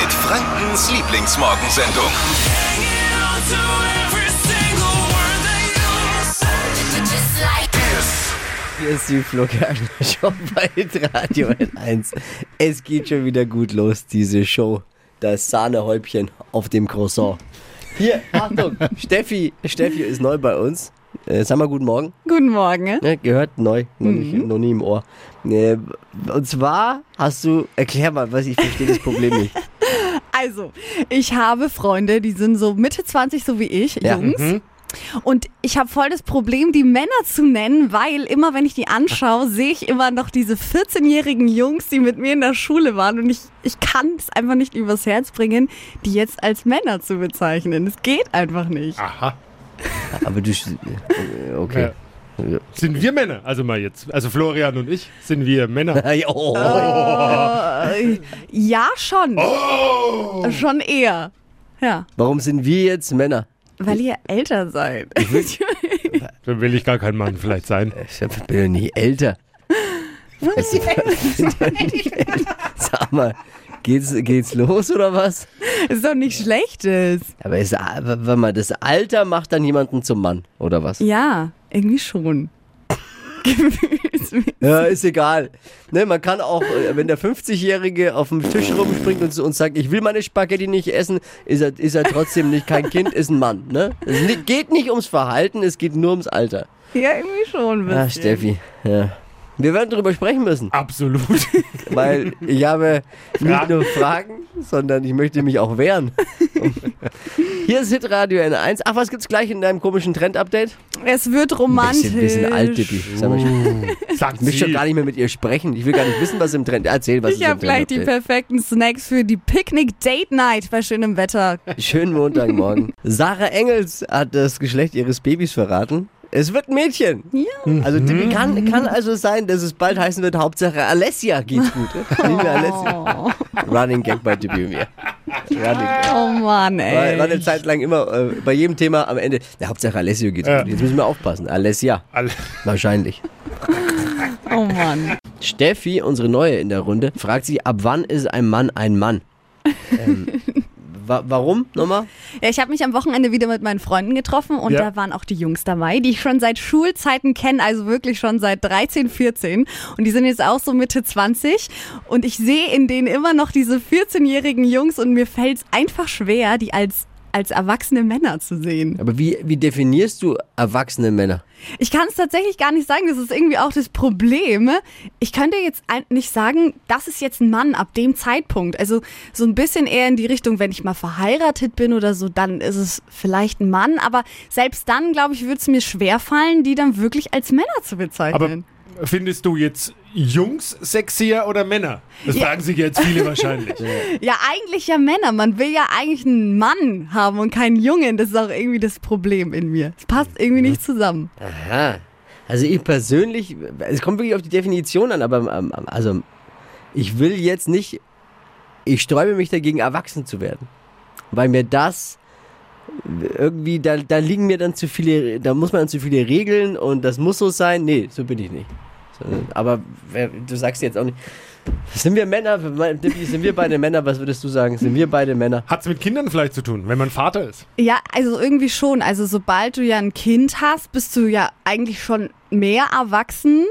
Frankens Lieblingsmorgensendung. Hier ist die Flo Kerschner Show bei Radio N1. Es geht schon wieder gut los, diese Show. Das Sahnehäubchen auf dem Croissant. Hier, Achtung, Steffi. Steffi ist neu bei uns. Äh, sag mal guten Morgen. Guten Morgen. Ne, gehört neu, noch, nicht, noch nie im Ohr. Ne, und zwar hast du, erklär mal, was ich verstehe das Problem nicht. Also, ich habe Freunde, die sind so Mitte 20, so wie ich, Ja. Jungs. Und ich habe voll das Problem, die Männer zu nennen, weil immer, wenn ich die anschaue, sehe ich immer noch diese 14-jährigen Jungs, die mit mir in der Schule waren. Und ich, ich kann es einfach nicht übers Herz bringen, die jetzt als Männer zu bezeichnen. Es geht einfach nicht. Aha. Aber du, sch- äh, okay. Sind wir Männer? Also mal jetzt. Also Florian und ich sind wir Männer. Ja. Oh, Äh, ja, schon. Schon eher. Ja, Warum sind wir jetzt Männer? weil ihr älter seid. Dann will ich gar kein Mann vielleicht sein. Ich bin ja nicht älter. Weißt du, ich bin doch nicht älter. Sag mal, geht's, geht's los oder was? Ist doch nichts Schlechtes. Aber ist, wenn man das Alter macht, dann jemanden zum Mann oder was? Ja, irgendwie schon. Gefühlsmäßig. Ja, ist egal. Ne, man kann auch, äh, wenn der 50-Jährige auf dem Tisch rumspringt und, so- und sagt, ich will meine Spaghetti nicht essen, ist er, ist er trotzdem nicht kein Kind, ist ein Mann. Ne? Es ni- geht nicht ums Verhalten, es geht nur ums Alter. ja, irgendwie schon. ein Ach, bisschen. Steffi. Ja. Wir werden darüber sprechen müssen. Absolut. weil ich habe nicht Fragen. nur Fragen, sondern ich möchte mich auch wehren. Hier ist Hitradio N1. Ach, was gibt's gleich in deinem komischen Trend-Update? Es wird romantisch. Bisschen, bisschen alt, Dippi. Sag mal, ich Sagt will schon gar sie. nicht mehr mit ihr sprechen. Ich will gar nicht wissen, was im Trend. Erzähl, was Ich ist im habe gleich die Trend-Update. perfekten Snacks für die Picknick-Date-Night bei schönem Wetter. Schönen Montagmorgen. Sarah Engels hat das Geschlecht ihres Babys verraten. Es wird ein Mädchen. Ja. Also Mhm. Dippi kann, kann also sein, dass es bald heißen wird, Hauptsache Alessia geht's gut. Liebe Alessia. Oh, Running Gag bei Dippi und mir. Running Gag. oh Mann, War, ey. war eine Zeit lang immer äh, bei jedem Thema am Ende. Der Hauptsache Alessio geht's Ja. gut. Jetzt müssen wir aufpassen. Alessia, Alle- wahrscheinlich. Oh Mann. Steffi, unsere Neue in der Runde, fragt sie, ab wann ist ein Mann ein Mann? Ähm, wa warum nochmal? Ja, ich habe mich am Wochenende wieder mit meinen Freunden getroffen und Ja. da waren auch die Jungs dabei, die ich schon seit Schulzeiten kenne, also wirklich schon seit 13, 14. Und die sind jetzt auch so Mitte 20. Und ich sehe in denen immer noch diese 14-jährigen Jungs und mir fällt es einfach schwer, die als als erwachsene Männer zu sehen. Aber wie, wie definierst du erwachsene Männer? Ich kann es tatsächlich gar nicht sagen, das ist irgendwie auch das Problem. ne? Ich könnte jetzt ein- nicht sagen, das ist jetzt ein Mann ab dem Zeitpunkt. Also so ein bisschen eher in die Richtung, wenn ich mal verheiratet bin oder so, dann ist es vielleicht ein Mann. Aber selbst dann, glaube ich, würde es mir schwerfallen, die dann wirklich als Männer zu Aber bezeichnen. findest du jetzt Jungs sexier oder Männer? Das Ja. fragen sich jetzt viele wahrscheinlich. ja, eigentlich ja Männer. Man will ja eigentlich einen Mann haben und keinen Jungen. Das ist auch irgendwie das Problem in mir. Es passt irgendwie nicht zusammen. Aha. Also ich persönlich, es kommt wirklich auf die Definition an, aber ähm, ähm, also ich will jetzt nicht, ich sträube mich dagegen, erwachsen zu werden. Weil mir das irgendwie, da, da liegen mir dann zu viele, da muss man dann zu viele Regeln und das muss so sein. Nee, so bin ich nicht. Sondern- Aber wer, du sagst jetzt auch nicht, sind wir Männer, Dippi, sind wir beide Männer, was würdest du sagen? Sind wir beide Männer? Hat's mit Kindern vielleicht zu tun, wenn man Vater ist? Ja, also irgendwie schon. Also sobald du ja ein Kind hast, bist du ja eigentlich schon mehr erwachsen.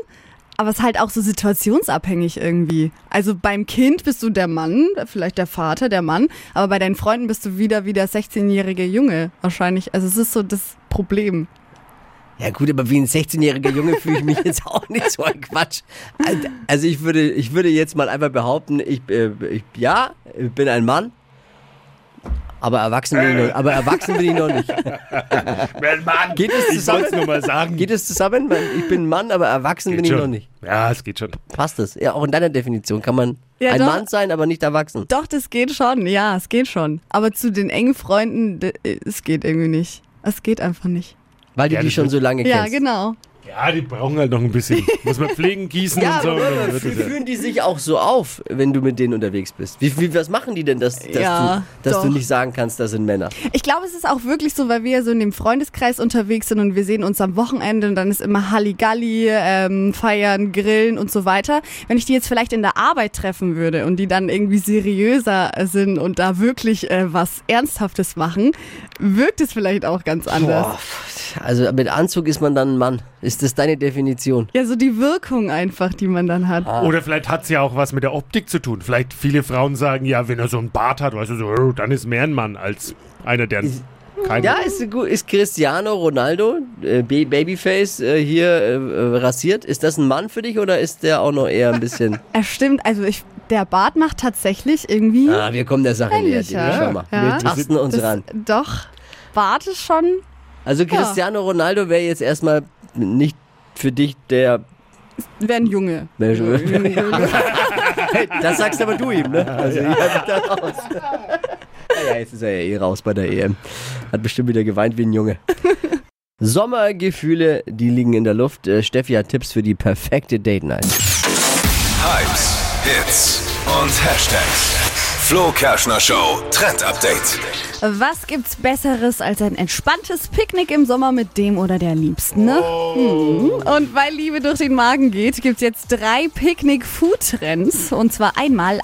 Aber es ist halt auch so situationsabhängig irgendwie. Also beim Kind bist du der Mann, vielleicht der Vater, der Mann. Aber bei deinen Freunden bist du wieder wie der 16-jährige Junge wahrscheinlich. Also es ist so das Problem. Ja gut, aber wie ein 16-jähriger Junge fühle ich mich jetzt auch nicht so ein Quatsch. Also ich würde, ich würde jetzt mal einfach behaupten, ich, äh, ich ja, ich bin ein Mann, aber erwachsen bin ich noch, aber erwachsen bin ich noch nicht. Wenn Mann. Geht es ich wollte es zusammen? nur mal sagen. Geht es zusammen? Weil Ich bin Mann, aber erwachsen bin ich schon. noch nicht. Ja, es geht schon. Passt das? Ja, auch in deiner Definition kann man Ja, ein doch. Mann sein, aber nicht erwachsen. Doch, das geht schon. Ja, es geht schon. Aber zu den engen äh, Freunden, d- es geht irgendwie nicht. Es geht einfach nicht. Weil du Ja, die das schon wird- so lange Ja, kennst. genau. Ja, die brauchen halt noch ein bisschen. Muss man pflegen, gießen Ja, und so. aber und dann Moment mal, wird fü- es ja. führen die sich auch so auf, wenn du mit denen unterwegs bist? Wie, wie, was machen die denn, dass, dass, Ja, du, dass du doch. nicht sagen kannst, das sind Männer? Ich glaube, es ist auch wirklich so, weil wir ja so in dem Freundeskreis unterwegs sind und wir sehen uns am Wochenende und dann ist immer Halligalli, ähm, feiern, grillen und so weiter. Wenn ich die jetzt vielleicht in der Arbeit treffen würde und die dann irgendwie seriöser sind und da wirklich äh, was Ernsthaftes machen, wirkt es vielleicht auch ganz anders. Boah, also mit Anzug ist man dann ein Mann. Ist das deine Definition? Ja, so die Wirkung einfach, die man dann hat. Ah. Oder vielleicht hat es ja auch was mit der Optik zu tun. Vielleicht viele Frauen sagen, ja, wenn er so einen Bart hat, weißt du, so, oh, dann ist mehr ein Mann als einer, der keinen Ja, ist, gut. ist Cristiano Ronaldo, äh, Ba- Babyface, äh, hier äh, äh, rasiert? Ist das ein Mann für dich oder ist der auch noch eher ein bisschen... Es stimmt, also ich, der Bart macht tatsächlich irgendwie Ah, wir kommen der Sache näher. Ähnlich, ja. Ja. Schau mal. Ja. Wir tasten uns das, ran. doch Bart ist schon Also Cristiano Ronaldo wäre jetzt erstmal nicht für dich der... Wäre ein Junge. Hey, das sagst aber du ihm, ne? Also ich hab da raus. Naja, jetzt ist er ja eh raus bei der EM. Hat bestimmt wieder geweint wie ein Junge. Sommergefühle, die liegen in der Luft. Äh, Steffi hat Tipps für die perfekte Date Night. Hypes, Hits und Hashtags. Flo Kerschner Show Trend Update. Was gibt's Besseres als ein entspanntes Picknick im Sommer mit dem oder der Liebsten? Ne? Mhm. Und weil Liebe durch den Magen geht, gibt's jetzt drei Picknick-Food-Trends. Und zwar einmal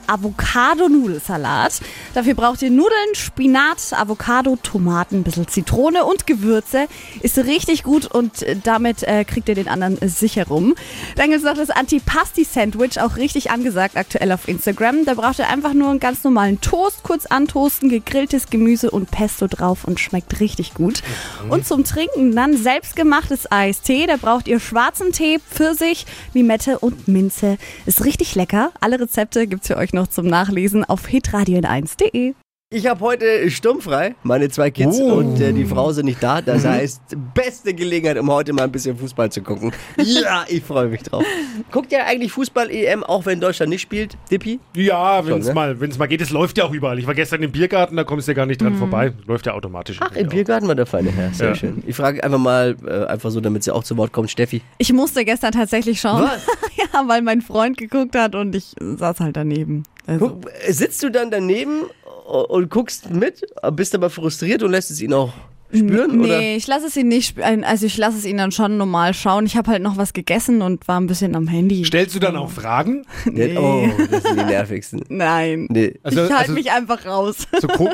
Avocado-Nudelsalat. Dafür braucht ihr Nudeln, Spinat, Avocado, Tomaten, ein bisschen Zitrone und Gewürze. Ist richtig gut und äh, damit äh, kriegt ihr den anderen äh, sicher rum. Dann gibt's noch das Antipasti-Sandwich, auch richtig angesagt aktuell auf Instagram. Da braucht ihr einfach nur einen ganz normalen Toast, kurz antoasten, gegrilltes Gemüse und Pesto drauf und schmeckt richtig gut. Mhm. Und zum Trinken dann selbstgemachtes Eistee. Da braucht ihr schwarzen Tee, Pfirsich, Limette und Minze. Ist richtig lecker. Alle Rezepte gibt's für euch noch zum Nachlesen auf hitradion1.de. Ich habe heute sturmfrei, meine zwei Kids Oh. und äh, die Frau sind nicht da. Das heißt, beste Gelegenheit, um heute mal ein bisschen Fußball zu gucken. Ja, ich freue mich drauf. Guckt ihr eigentlich Fußball-EM, auch wenn Deutschland nicht spielt, Dippi? Ja, wenn es Schon, ne? mal, wenn's mal geht, es läuft ja auch überall. Ich war gestern im Biergarten, da kommst du ja gar nicht dran vorbei. Läuft ja automatisch. Ach, im Biergarten war der feine Herr. Sehr Ja. schön. Ich frage einfach mal, äh, einfach so, damit sie auch zu Wort kommt, Steffi. Ich musste gestern tatsächlich schauen. Was? ja, weil mein Freund geguckt hat und ich saß halt daneben. Also. Guck, äh, sitzt du dann daneben o- und guckst mit, bist aber frustriert und lässt es ihn auch spüren? Nee, Oder? ich lasse es ihn nicht spielen. Also ich lasse es ihn dann schon normal schauen. Ich habe halt noch was gegessen und war ein bisschen am Handy. Stellst du dann auch Fragen? Nee. Oh, das sind die nervigsten. Nein. Nee. Also- ich halte also- mich einfach raus. So ko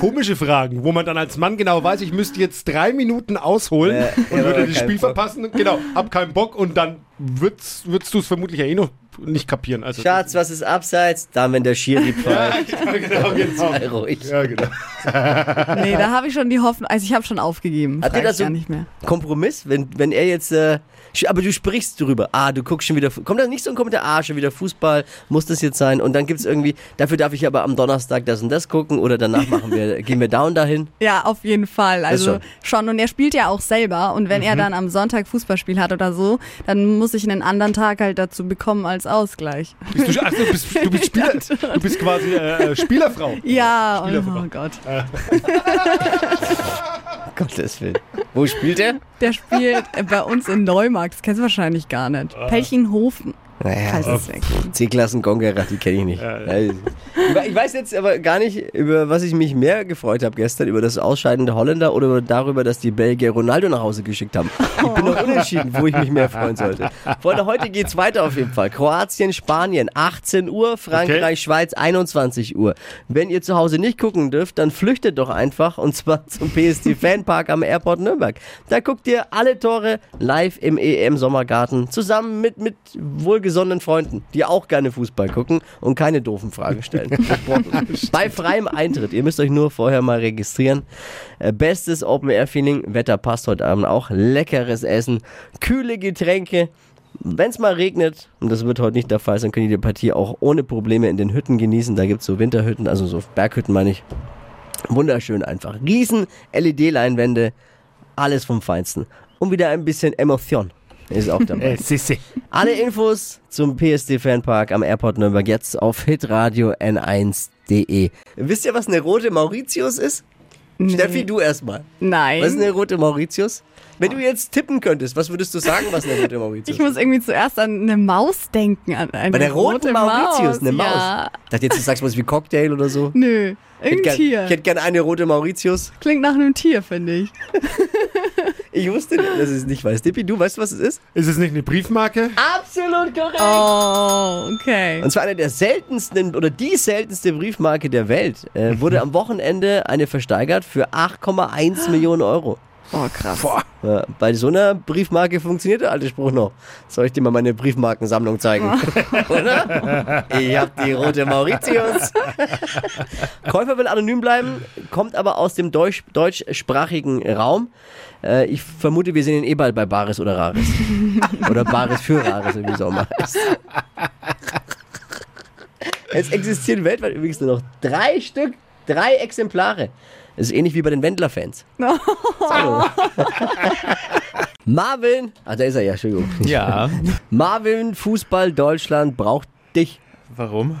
komische Fragen, wo man dann als Mann genau weiß, ich müsste jetzt drei Minuten ausholen Ja, und ja, aber würde kein das Spiel Bock. verpassen. Und Genau, hab keinen Bock und dann würdest, würdest du es vermutlich ja eh noch nicht kapieren. Also, Schatz, was ist abseits? Dann, wenn der Schiri pfeift. Ja, genau, genau. Sei ruhig. Ja, genau. Nee, da habe ich schon die Hoffnung. Also ich habe schon aufgegeben. Hat ihr Frag das ich so- gar nicht mehr. Kompromiss, wenn, wenn er jetzt. Äh, sch- aber du sprichst drüber. Ah, du guckst schon wieder. Fu- Kommt da nicht so ein Kommentar? Ah, schon wieder Fußball, muss das jetzt sein? Und dann gibt's irgendwie. Dafür darf ich aber am Donnerstag das und das gucken oder danach machen wir, gehen wir down dahin. Ja, auf jeden Fall. Also schon. schon. Und er spielt ja auch selber. Und wenn er Mhm. dann am Sonntag Fußballspiel hat oder so, dann muss ich einen anderen Tag halt dazu bekommen als Ausgleich. Bist du, ach, du, bist, du, bist Spieler, du bist quasi äh, äh, Spielerfrau. Ja, Spieler oh, vorbei. Gott. Gottes Willen. Wo spielt er? Der spielt bei uns in Neumarkt. Das kennst du wahrscheinlich gar nicht. Ah. Pelchenhofen. Naja, Falls es Äh, weg. C-Klassen Gongera, die kenne ich nicht. Ich- Ich weiß jetzt aber gar nicht, über was ich mich mehr gefreut habe gestern, über das Ausscheiden der Holländer oder über- darüber, dass die Belgier Ronaldo nach Hause geschickt haben. Ich bin noch unentschieden, wo ich mich mehr freuen sollte. Freunde, heute geht's weiter auf jeden Fall. Kroatien, Spanien, 18 Uhr, Frankreich, Okay. Schweiz, 21 Uhr. Wenn ihr zu Hause nicht gucken dürft, dann flüchtet doch einfach und zwar zum PSD Fanpark am Airport Nürnberg. Da guckt ihr alle Tore live im EM Sommergarten zusammen mit, mit wohlgesonnenen Freunden, die auch gerne Fußball gucken und keine doofen Fragen stellen. Versprochen. Bei freiem Eintritt. Ihr müsst euch nur vorher mal registrieren. Äh, Bestes Open Air Feeling. Wetter passt heute Abend auch. Leckeres Essen, kühle Getränke. Wenn es mal regnet, und das wird heute nicht der Fall sein, könnt ihr die Partie auch ohne Probleme in den Hütten genießen. Da gibt es so Winterhütten, also so Berghütten meine ich. Wunderschön einfach. Riesen LED-Leinwände, alles vom Feinsten. Und wieder ein bisschen Emotion ist auch dabei. Sissi. Alle Infos zum PSD Fanpark am Airport Nürnberg jetzt auf hitradio n1.de. E. Wisst ihr, was eine rote Mauritius ist? Steffi, du erstmal. Nein. Oh. Was ist eine rote Mauritius? Wenn du jetzt tippen könntest, was würdest du sagen, was eine rote Mauritius Ich muss irgendwie zuerst an eine Maus denken. An eine Bei der roten rote Mauritius, eine Maus. Ja. Ich dachte jetzt, du sagst was wie Cocktail oder so. Nö, Ich hätte irgendein gern- Tier. Ich hätte gerne eine rote Mauritius. Klingt nach einem Tier, finde ich. Ich wusste, dass ich es nicht weiß. Dippi, du weißt, was es ist? Ist es nicht eine Briefmarke? Absolut korrekt. Oh, okay. Und zwar eine der seltensten oder die seltenste Briefmarke der Welt äh, Mhm. wurde am Wochenende eine versteigert für 8,1 Millionen Euro. Oh, Ah. krass. Ja, bei so einer Briefmarke funktioniert der alte Spruch noch. Soll ich dir mal meine Briefmarkensammlung zeigen? Oder? Ich hab die rote Mauritius. Käufer will anonym bleiben, kommt aber aus dem deutsch, deutschsprachigen Raum. Äh, ich vermute, wir sehen ihn eh bald bei Bares oder Rares. oder Bares für Rares, wie es auch mal heißt. Es existieren weltweit übrigens nur noch drei Stück, drei Exemplare. Das ist ähnlich wie bei den Wendler-Fans. Marvin, ah, da ist er ja, Entschuldigung. Ja. Marvin, Fußball Deutschland braucht dich. Warum?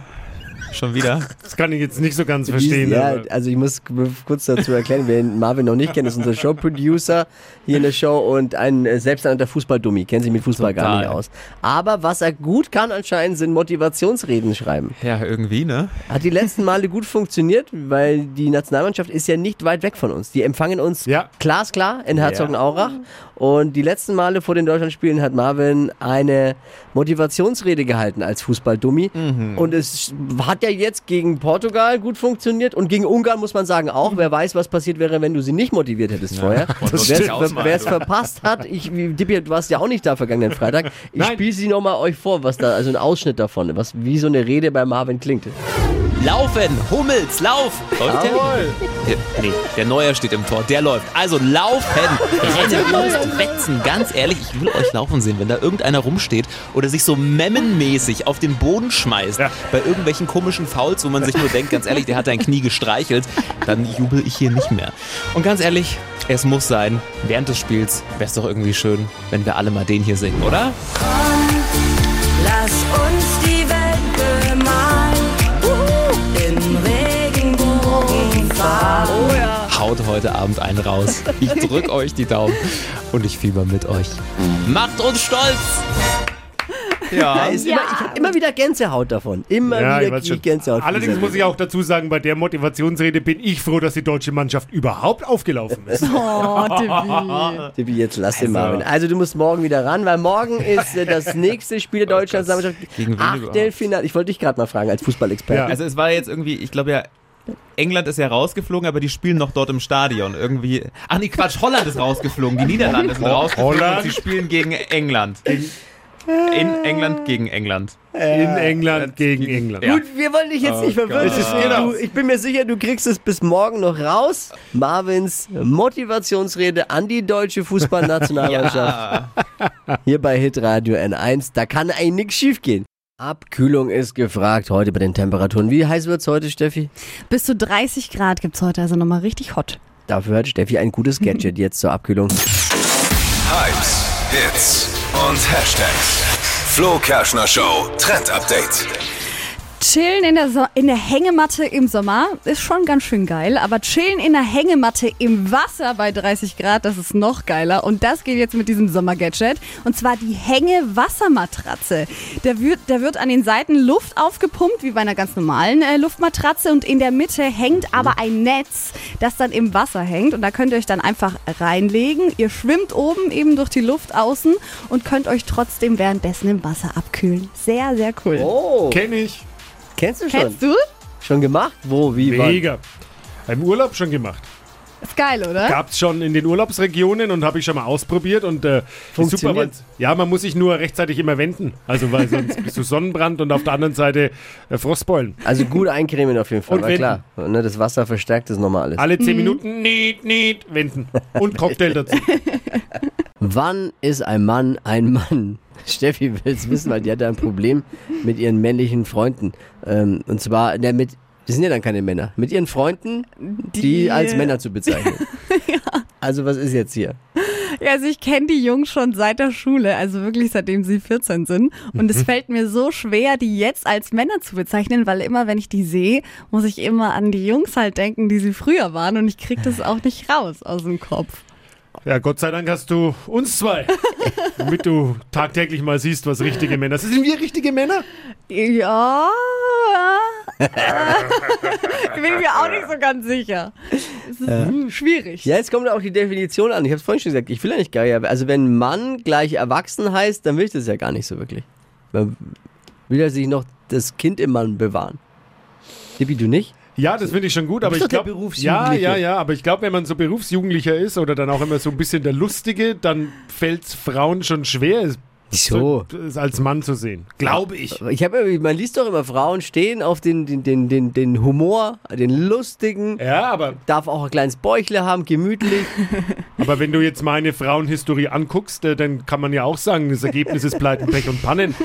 Schon wieder? Das kann ich jetzt nicht so ganz verstehen. ja, aber- also ich muss k- kurz dazu erklären, wer ihn- Marvin noch nicht kennt, ist unser Showproducer hier in der Show und ein äh, selbsternannter Fußballdummi, kennt sich mit Fußball gar Total. nicht aus. Aber was er gut kann anscheinend sind Motivationsreden schreiben. Ja, irgendwie, ne? Hat die letzten Male gut funktioniert, weil die Nationalmannschaft ist ja nicht weit weg von uns. Die empfangen uns Ja. glasklar in Herzogenaurach. Und die letzten Male vor den Deutschlandspielen hat Marvin eine Motivationsrede gehalten als Fußballdummi. Mhm. Und es hat ja jetzt gegen Portugal gut funktioniert und gegen Ungarn muss man sagen auch. Wer weiß, was passiert wäre, wenn du sie nicht motiviert hättest vorher. das Wer es stimmt. ver wer's verpasst hat, ich, wie- Dippi, du warst ja auch nicht da vergangenen Freitag. Ich Nein. spiele sie nochmal euch vor, was da, also ein Ausschnitt davon, was wie so eine Rede bei Marvin klingt. Laufen, Hummels, lauf! Läuft der? Der, nee, der Neuer steht im Tor, der läuft. Also laufen! Rettet uns die Wetzen, ganz ehrlich, ich will euch laufen sehen, wenn da irgendeiner rumsteht oder sich so memmenmäßig auf den Boden schmeißt Ja. bei irgendwelchen komischen Fouls, wo man sich nur denkt, ganz ehrlich, der hat dein Knie gestreichelt, dann jubel ich hier nicht mehr. Und ganz ehrlich, es muss sein, während des Spiels wäre es doch irgendwie schön, wenn wir alle mal den hier singen, oder? Lass uns die Welt bemalen. In Regenbogenfarben. haut heute Abend einen raus. Ich drück euch die Daumen und ich fieber mit euch. Macht uns stolz! Da ist immer, ich habe immer wieder Gänsehaut davon. Immer Ja, ich wieder weiß krieg ich schon. Gänsehaut. von Allerdings dieser muss ich auch dazu sagen, bei der Motivationsrede bin ich froh, dass die deutsche Mannschaft überhaupt aufgelaufen ist. Oh, Divi. Tippi, jetzt lass den Marvin. Also du musst morgen wieder ran, weil morgen ist äh, das nächste Spiel Oh der deutschen Gegen Nationalmannschaft. wen überhaupt? Achtelfinale. Ich wollte dich gerade mal fragen als Fußballexperte. Ja. Also es war jetzt irgendwie, ich glaube ja, England ist ja rausgeflogen, aber die spielen noch dort im Stadion. Irgendwie. Ach nee, Quatsch, Holland ist rausgeflogen. Die Niederlande sind rausgeflogen Holland? und sie spielen gegen England. In England gegen England. In England gegen genau. England. Ja. Also, Gut, wir wollen dich jetzt nicht verwirren. Oh Es ist genau. du, ich bin mir sicher, du kriegst es bis morgen noch raus. Marvins Motivationsrede an die deutsche Fußballnationalmannschaft Ja. hier bei Hitradio N1. Da kann eigentlich nichts schief gehen. Abkühlung ist gefragt heute bei den Temperaturen. Wie heiß wird's heute, Steffi? Bis zu 30 Grad gibt's heute, also nochmal richtig hot. Dafür hat Steffi ein gutes Gadget jetzt zur Abkühlung. Hypes, Hits und Hashtags. Flo Kerschner Show Trend Update. Chillen in der, so in der Hängematte im Sommer ist schon ganz schön geil, aber chillen in der Hängematte im Wasser bei 30 Grad, das ist noch geiler. Und das geht jetzt mit diesem Sommergadget. Und zwar die Hänge-Wassermatratze. Da wird, da wird an den Seiten Luft aufgepumpt, wie bei einer ganz normalen äh, Luftmatratze. Und in der Mitte hängt aber ein Netz, das dann im Wasser hängt. Und da könnt ihr euch dann einfach reinlegen. Ihr schwimmt oben eben durch die Luft außen und könnt euch trotzdem währenddessen im Wasser abkühlen. Sehr, sehr cool. Oh, Kenn ich. kennst du schon? Kennst du? Schon gemacht? Wo, wie, wann? Mega. Im Urlaub schon gemacht. Ist geil, oder? Gab's schon in den Urlaubsregionen und habe ich schon mal ausprobiert und äh, ist super. Funktioniert? weil's- Ja, man muss sich nur rechtzeitig immer wenden. Also weil sonst bist du Sonnenbrand und auf der anderen Seite äh, Frostbeulen. Also gut eincremen auf jeden Fall, Und war wenn- klar. Ne, das Wasser verstärkt das nochmal alles. Alle 10 Minuten niet, niet, wenden. Und Cocktail dazu. Wann ist ein Mann ein Mann? Steffi will es wissen, weil die hat da ein Problem mit ihren männlichen Freunden. Ähm, und zwar, ne, mit, die sind ja dann keine Männer, mit ihren Freunden, die, als Männer zu bezeichnen. Also was ist jetzt hier? Ja, also ich kenne die Jungs schon seit der Schule, also wirklich seitdem sie 14 sind. Und Mhm. es fällt mir so schwer, die jetzt als Männer zu bezeichnen, weil immer, wenn ich die sehe, muss ich immer an die Jungs halt denken, die sie früher waren. Und ich krieg das auch nicht raus aus dem Kopf. Ja, Gott sei Dank hast du uns zwei, damit du tagtäglich mal siehst, was richtige Männer sind. Sind wir richtige Männer? Ja. ich bin mir auch nicht so ganz sicher. Es ist hm, schwierig. Äh. Ja, jetzt kommt auch die Definition an. Ich habe es vorhin schon gesagt, ich will ja nicht geil. aber- Also wenn Mann gleich erwachsen heißt, dann will ich das ja gar nicht so wirklich. Man will ja sich noch das Kind im Mann bewahren. Dippi, du nicht? Ja, das finde ich schon gut, aber bist ich doch der glaube. Ja, Berufsjugendliche. ja, ja, aber ich glaube, wenn man so Berufsjugendlicher ist oder dann auch immer so ein bisschen der Lustige, dann fällt es Frauen schon schwer, es Wieso? es als Mann zu sehen. Glaube ich. Aber Ich habe, irgendwie- man liest doch immer, Frauen stehen auf den, den, den, den, den Humor, den lustigen, Ja, aber, darf auch ein kleines Bäuchle haben, gemütlich. aber wenn du jetzt meine Frauenhistorie anguckst, äh, dann kann man ja auch sagen, das Ergebnis ist Pleiten, Pech und Pannen.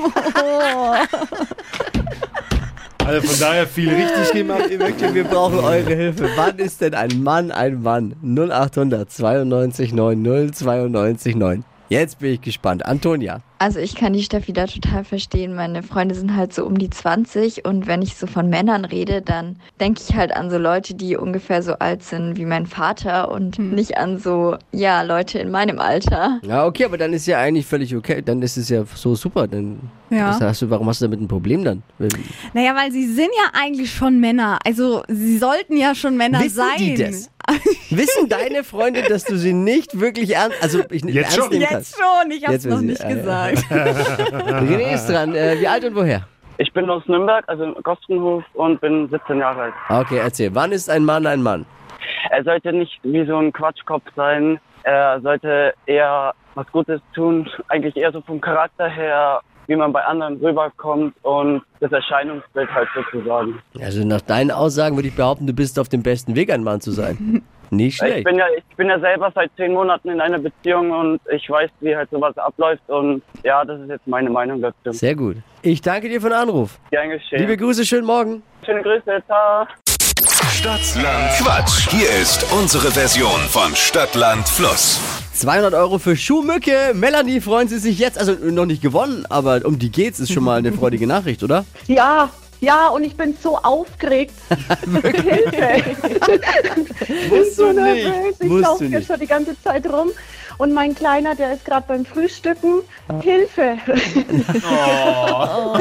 Also von daher viel richtig gemacht. Ihr merkt schon, wir brauchen eure Hilfe. Wann ist denn ein Mann ein Mann? 0800 92 90 92 9. Jetzt bin ich gespannt. Antonia. Also ich kann die Steffi da total verstehen. Meine Freunde sind halt so um die 20 und wenn ich so von Männern rede, dann denke ich halt an so Leute, die ungefähr so alt sind wie mein Vater und nicht an so, ja, Leute in meinem Alter. Ja, okay, aber dann ist ja eigentlich völlig okay. Dann ist es ja so super. Dann Ja. was hast du, warum hast du damit ein Problem dann? Naja, weil sie sind ja eigentlich schon Männer. Also sie sollten ja schon Männer Wissen sein. die das? Wissen deine Freunde, dass du sie nicht wirklich ernst, also ich ernst Jetzt schon. nehmen Jetzt kannst? schon, ich hab's Jetzt noch wissen nicht sie- äh, gesagt. René ist dran. Äh, wie alt und woher? Ich bin aus Nürnberg, also Kostenhof, und bin 17 Jahre alt. Okay, erzähl. Wann ist ein Mann ein Mann? Er sollte nicht wie so ein Quatschkopf sein. Er sollte eher was Gutes tun. Eigentlich eher so vom Charakter her, wie man bei anderen rüberkommt und das Erscheinungsbild halt sozusagen. Also nach deinen Aussagen würde ich behaupten, du bist auf dem besten Weg, ein Mann zu sein. Nicht Ich schlecht. bin, ja, ich bin ja selber seit zehn Monaten in einer Beziehung und ich weiß, wie halt sowas abläuft. Und ja, das ist jetzt meine Meinung dazu. Sehr gut. Ich danke dir für den Anruf. Gern geschehen. Liebe Grüße, schönen Morgen. Schöne Grüße, ciao. Stadtland Quatsch. Hier ist unsere Version von Stadtland Fluss. 200 Euro für Schuhmücke. Melanie, freuen Sie sich jetzt? Also noch nicht gewonnen, aber um die geht's, ist schon mal eine freudige Nachricht, oder? Ja, ja, und ich bin so aufgeregt. Musst so nervös. Ich Musst laufe du hier nicht. schon die ganze Zeit rum. Und mein Kleiner, der ist gerade beim Frühstücken. Ah. Hilfe!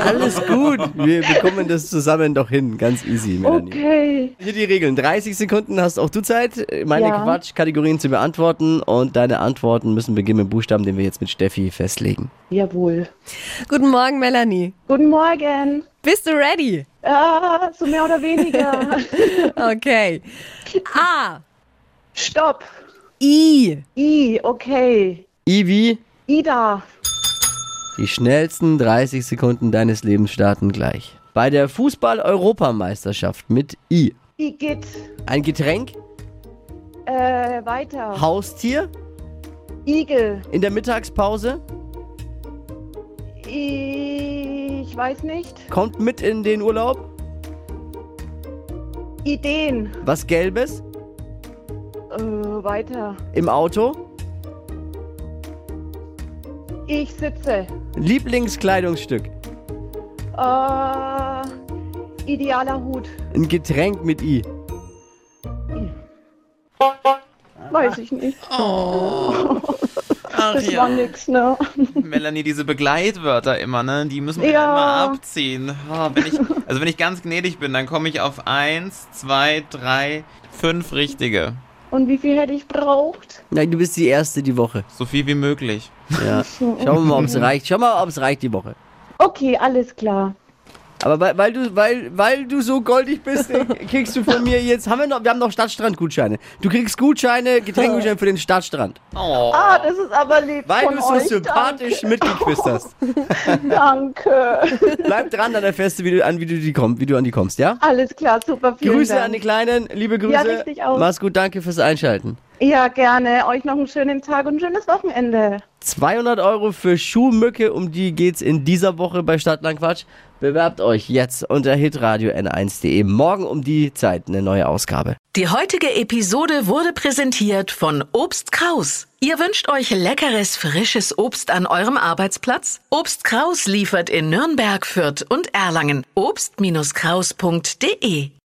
Alles gut. Wir bekommen das zusammen doch hin. Ganz easy, Melanie. Okay. Hier die Regeln. 30 Sekunden hast auch du Zeit, meine Ja. Quatschkategorien zu beantworten. Und deine Antworten müssen beginnen mit Buchstaben, den wir jetzt mit Steffi festlegen. Jawohl. Guten Morgen, Melanie. Guten Morgen. Bist du ready? Ah, so mehr oder weniger. Okay. A. Stopp. I. I, okay. Ivi, Ida. die schnellsten 30 Sekunden deines Lebens starten gleich. Bei der Fußball-Europameisterschaft mit I. Die geht Ein Getränk, äh, weiter. Haustier, Igel. in der Mittagspause, I, ich weiß nicht. kommt mit in den Urlaub, Ideen. was Gelbes, Äh, weiter. im Auto, Ich sitze. Lieblingskleidungsstück, Äh, idealer Hut. ein Getränk mit I. Weiß ich nicht. Oh. das war nix, ne? Melanie, diese Begleitwörter immer, ne? Die müssen wir Ja. einmal abziehen. Ah, wenn ich, also wenn ich ganz gnädig bin, dann komme ich auf eins, zwei, drei, fünf richtige. Und wie viel hätte ich braucht? Nein, du bist die Erste die Woche. So viel wie möglich. Ja. Schauen wir mal, ob es reicht. Schauen wir mal, ob es reicht die Woche. Okay, alles klar. Aber weil, weil, du, weil, weil du so goldig bist, äh, kriegst du von mir jetzt. Haben wir, noch, wir haben noch Stadtstrandgutscheine. Du kriegst Gutscheine, Getränkegutscheine für den Stadtstrand. Oh. Ah, das ist aber lieb Weil von du so euch. sympathisch mitgequist hast. Danke. Bleib dran, dann erfährst du, wie du, an, wie du, die komm, wie du an die kommst, ja? Alles klar, super. Vielen Grüße Dank. an die Kleinen, liebe Grüße. Ja, richtig auch. Mach's gut, danke fürs Einschalten. Ja, gerne. Euch noch einen schönen Tag und ein schönes Wochenende. 200 Euro für Schuhmücke, um die geht's in dieser Woche bei Stadtlandquatsch. Bewerbt euch jetzt unter hitradio n1.de. Morgen um die Zeit eine neue Ausgabe. Die heutige Episode wurde präsentiert von Obst Kraus. Ihr wünscht euch leckeres, frisches Obst an eurem Arbeitsplatz? Obst Kraus liefert in Nürnberg, Fürth und Erlangen. Obst-Kraus.de